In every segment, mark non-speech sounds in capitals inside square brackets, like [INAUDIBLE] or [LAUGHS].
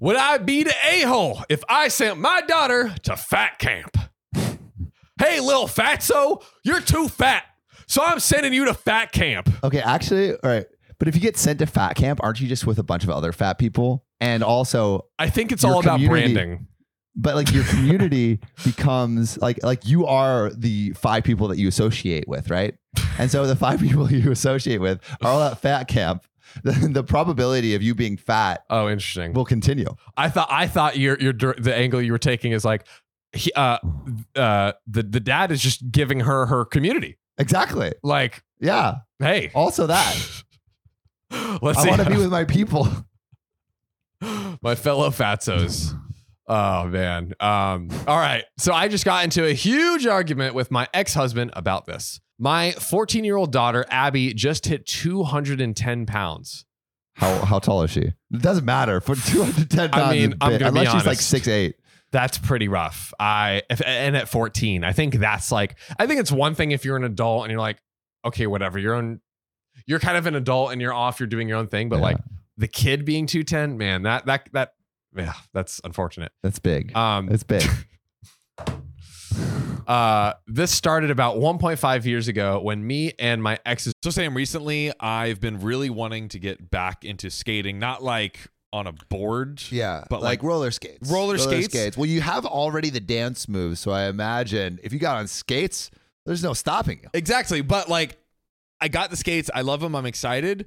Would I be the a hole if I sent my daughter to fat camp? [LAUGHS] hey, little fatso, you're too fat. So I'm sending you to fat camp. Okay, actually, all right. But if you get sent to fat camp, aren't you just with a bunch of other fat people? And also, I think it's Your all about community- branding. but like [LAUGHS] your community becomes like like you are the five people that you associate with, right? And so the five people [LAUGHS] you associate with are all at fat camp. [LAUGHS] The, the probability of you being fat Oh, interesting. will continue. I thought I thought your your dir- the angle you were taking is like he, uh uh the the dad is just giving her her community. Exactly. Like, Yeah. hey, [LAUGHS] Also that let's I see uh, want [LAUGHS] to how- be with my people. [GASPS] my fellow fatsos. Oh man. Um, all right. So I just got into a huge argument with my ex-husband about this. My 14-year-old daughter, Abby, just hit 210 pounds. How how tall is she? It doesn't matter for [LAUGHS] 210 pounds. I mean, is I'm big, gonna be unless she's like honest. six eight. That's pretty rough. I if, and at 14, I think that's like I think it's one thing if you're an adult and you're like, okay, whatever. You're on you're kind of an adult and you're off, you're doing your own thing, but Yeah. like the kid being 210, man, that that that yeah, that's unfortunate. That's big. Um It's big. Uh, this started about 1.5 years ago when me and my exes. So Sam, recently I've been really wanting to get back into skating, not like on a board. Yeah, But, like, roller skates. roller skates? Well, you have already the dance moves, so I imagine if you got on skates, there's no stopping you. Exactly, but like I got the skates, I love them, I'm excited,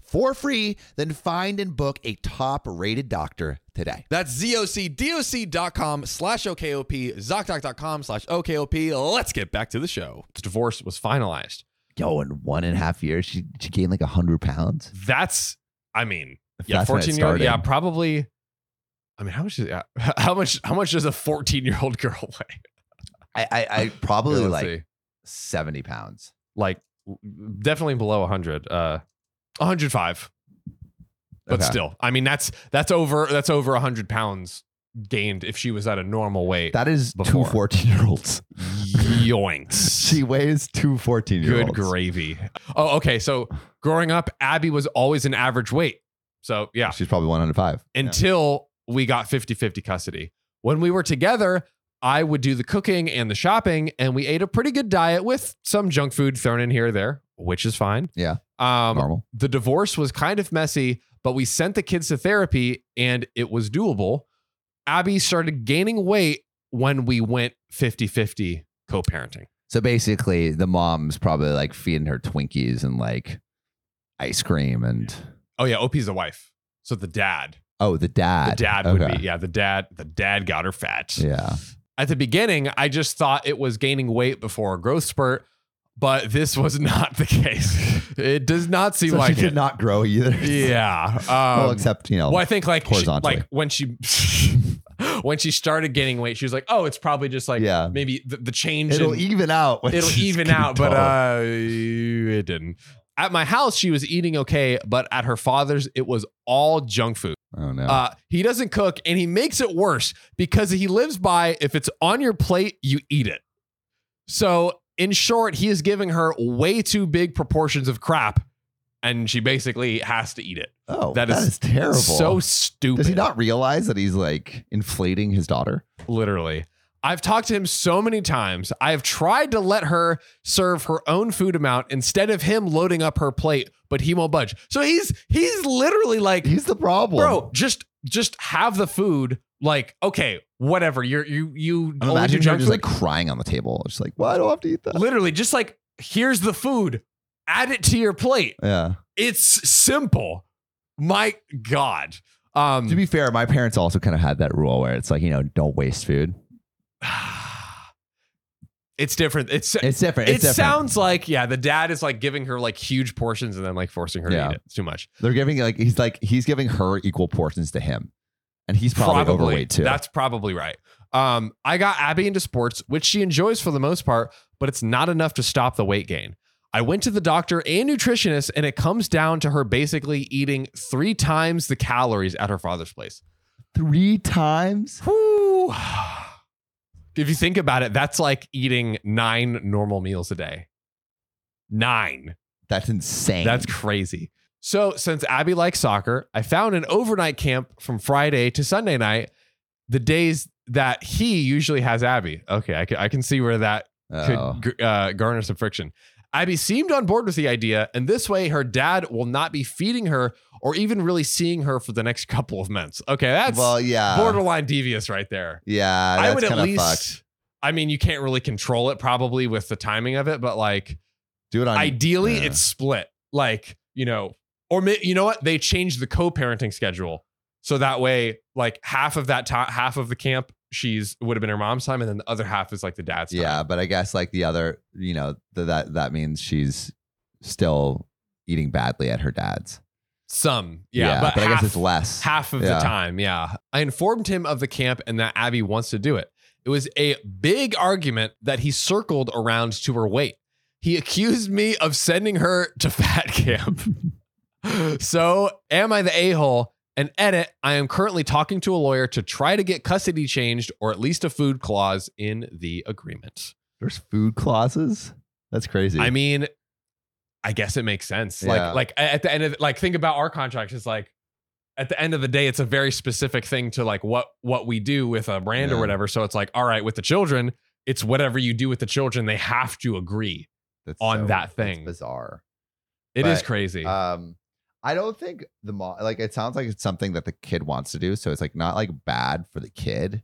for free. Then find and book a top rated doctor today. That's zocdoc.com slash OKOP, ZocDoc.com slash OKOP. Let's get back to the show. The divorce was finalized. Yo, in one and a half years, she, she gained like 100 pounds. That's, I mean, If yeah, that's when it 14 year old. started. Yeah, probably. I mean, how much is [LAUGHS] how much how much does a 14 year old [LAUGHS] girl weigh? I, I, I probably Let's like see. 70 pounds. like definitely below 100, uh, 105. But Okay. still, I mean, that's that's over that's over 100 pounds gained if she was at a normal weight. That is Before. two 14 [LAUGHS] year olds. Yoinks. [LAUGHS] She weighs two 14 year olds. Good gravy. Oh, okay. So growing up, Abby was always an average weight. So yeah, She's probably 105. until we got 50 50 custody. When we were together, I would do the cooking and the shopping, and we ate a pretty good diet with some junk food thrown in here or there, which is fine. Yeah. Um, Normal. the divorce was kind of messy, but we sent the kids to therapy and it was doable. Abby started gaining weight when we went 50 50 co parenting. So basically, the mom's probably like feeding her Twinkies and like ice cream and Oh, yeah. OP's the wife. So the dad, oh, the the dad. dad would Okay. be, yeah, the dad, the dad got her fat. Yeah. At the beginning, I just thought it was gaining weight before a growth spurt, but this [LAUGHS] was not the case. it does not seem so like she did it. not grow either. [LAUGHS] yeah. Um, [LAUGHS] well, except you know, Well, I think like she, horizontally. like when she [LAUGHS] when she started gaining weight, she was like, "Oh, it's probably just like Yeah. maybe the, the change it'll in- even out. [LAUGHS] when it'll [LAUGHS] she's even getting out." But taller. uh, it didn't. At my house, she was eating okay, but at her father's, it was all junk food. oh no, Uh, he doesn't cook, and he makes it worse because he lives by if it's on your plate, you eat it. So, in short, he is giving her way too big proportions of crap, and she basically has to eat it. oh, that that is is, terrible. So stupid. does he not realize that he's like inflating his daughter? literally. I've talked to him so many times. I have tried to let her serve her own food amount instead of him loading up her plate, but he won't budge. So he's he's literally like, He's the problem. bro, just just have the food. Like, okay, whatever. You're you you only do I'm imagining her junk just food. like crying on the table. Just like, why do I have to eat that? literally, just like here's the food. Add it to your plate. Yeah. It's simple. My God. Um, To be fair, my parents also kind of had that rule where it's like, you know, don't waste food. [SIGHS] it's different. It's It's different. it It's different. sounds like yeah, the dad is like giving her like huge portions and then like forcing her Yeah. to eat it. It's too much. They're giving like he's like he's giving her equal portions to him, and he's probably, overweight too. That's probably right. Um, I got Abby into sports, which she enjoys for the most part, but it's not enough to stop the weight gain. I went to the doctor and nutritionist, and it comes down to her basically eating three times the calories at her father's place. three times. Whew. [SIGHS] If you think about it, that's like eating nine normal meals a day. Nine. That's insane. That's crazy. So, since Abby likes soccer, I found an overnight camp from Friday to Sunday night, the days that he usually has Abby. Okay, I can, I can see where that could Oh. gr- uh, garner some friction. Abby seemed on board with the idea, and this way her dad will not be feeding her or even really seeing her for the next [LAUGHS] couple of months. Okay, that's well, yeah, borderline devious right there. yeah. That's I would at kinda least. fucked. I mean, you can't really control it probably with the timing of it, but like do it on. ideally yeah. it's split. Like, you know, or ma- you know what? They changed the co-parenting schedule. So that way like half of that time, half of the camp she's would have been her mom's time and then the other half is like the dad's time. yeah, but I guess like the other, you know, th- that that means she's still eating badly at her dad's. Some. Yeah, but, I half, guess it's less. half of Yeah. the time. Yeah. I informed him of the camp and that Abby wants to do it. It was a big argument that he circled around to her weight. He accused me of sending her to fat camp. [LAUGHS] so, am I the a hole? And edit, I am currently talking to a lawyer to try to get custody changed or at least a food clause in the agreement. There's food clauses. That's crazy. I mean, I guess it makes sense. Yeah. Like, like at the end of like, think about our contract. It's like at the end of the day, it's a very specific thing to like what what we do with a brand Yeah. or whatever. So it's like, all right, with the children, it's whatever you do with the children, they have to agree. That's on that thing. That's bizarre. It is But, crazy. Um, I don't think the mom like it sounds like it's something that the kid wants to do, so it's like not like bad for the kid.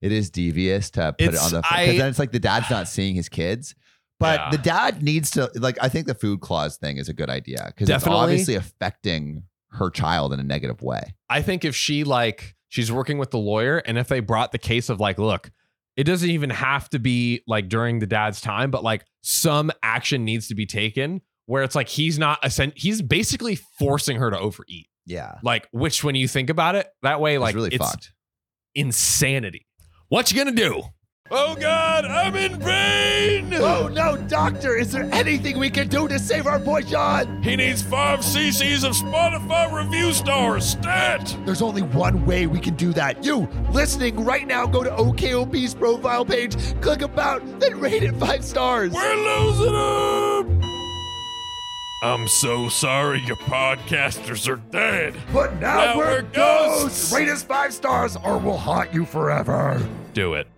It is devious to put it It's- on the I- because then it's like the dad's not seeing his kids. But Yeah. the dad needs to like I think the food clause thing is a good idea because it's Definitely. obviously affecting her child in a negative way. I think if she like she's working with the lawyer, and if they brought the case of like, look, it doesn't even have to be like during the dad's time, but like some action needs to be taken where it's like he's not a sen- he's basically forcing her to overeat. Yeah. like which when you think about it that way like it's really it's fucked. insanity what you gonna do oh god i'm in pain Oh, no, doctor, is there anything we can do to save our boy John? he needs five cc's of spotify review stars stat There's only one way we can do that. You listening right now, go to OKOB's profile page, click about, then rate it five stars. we're losing him i'm so sorry your podcasters are dead But now we're ghosts. Rate us five stars or we'll haunt you forever. do it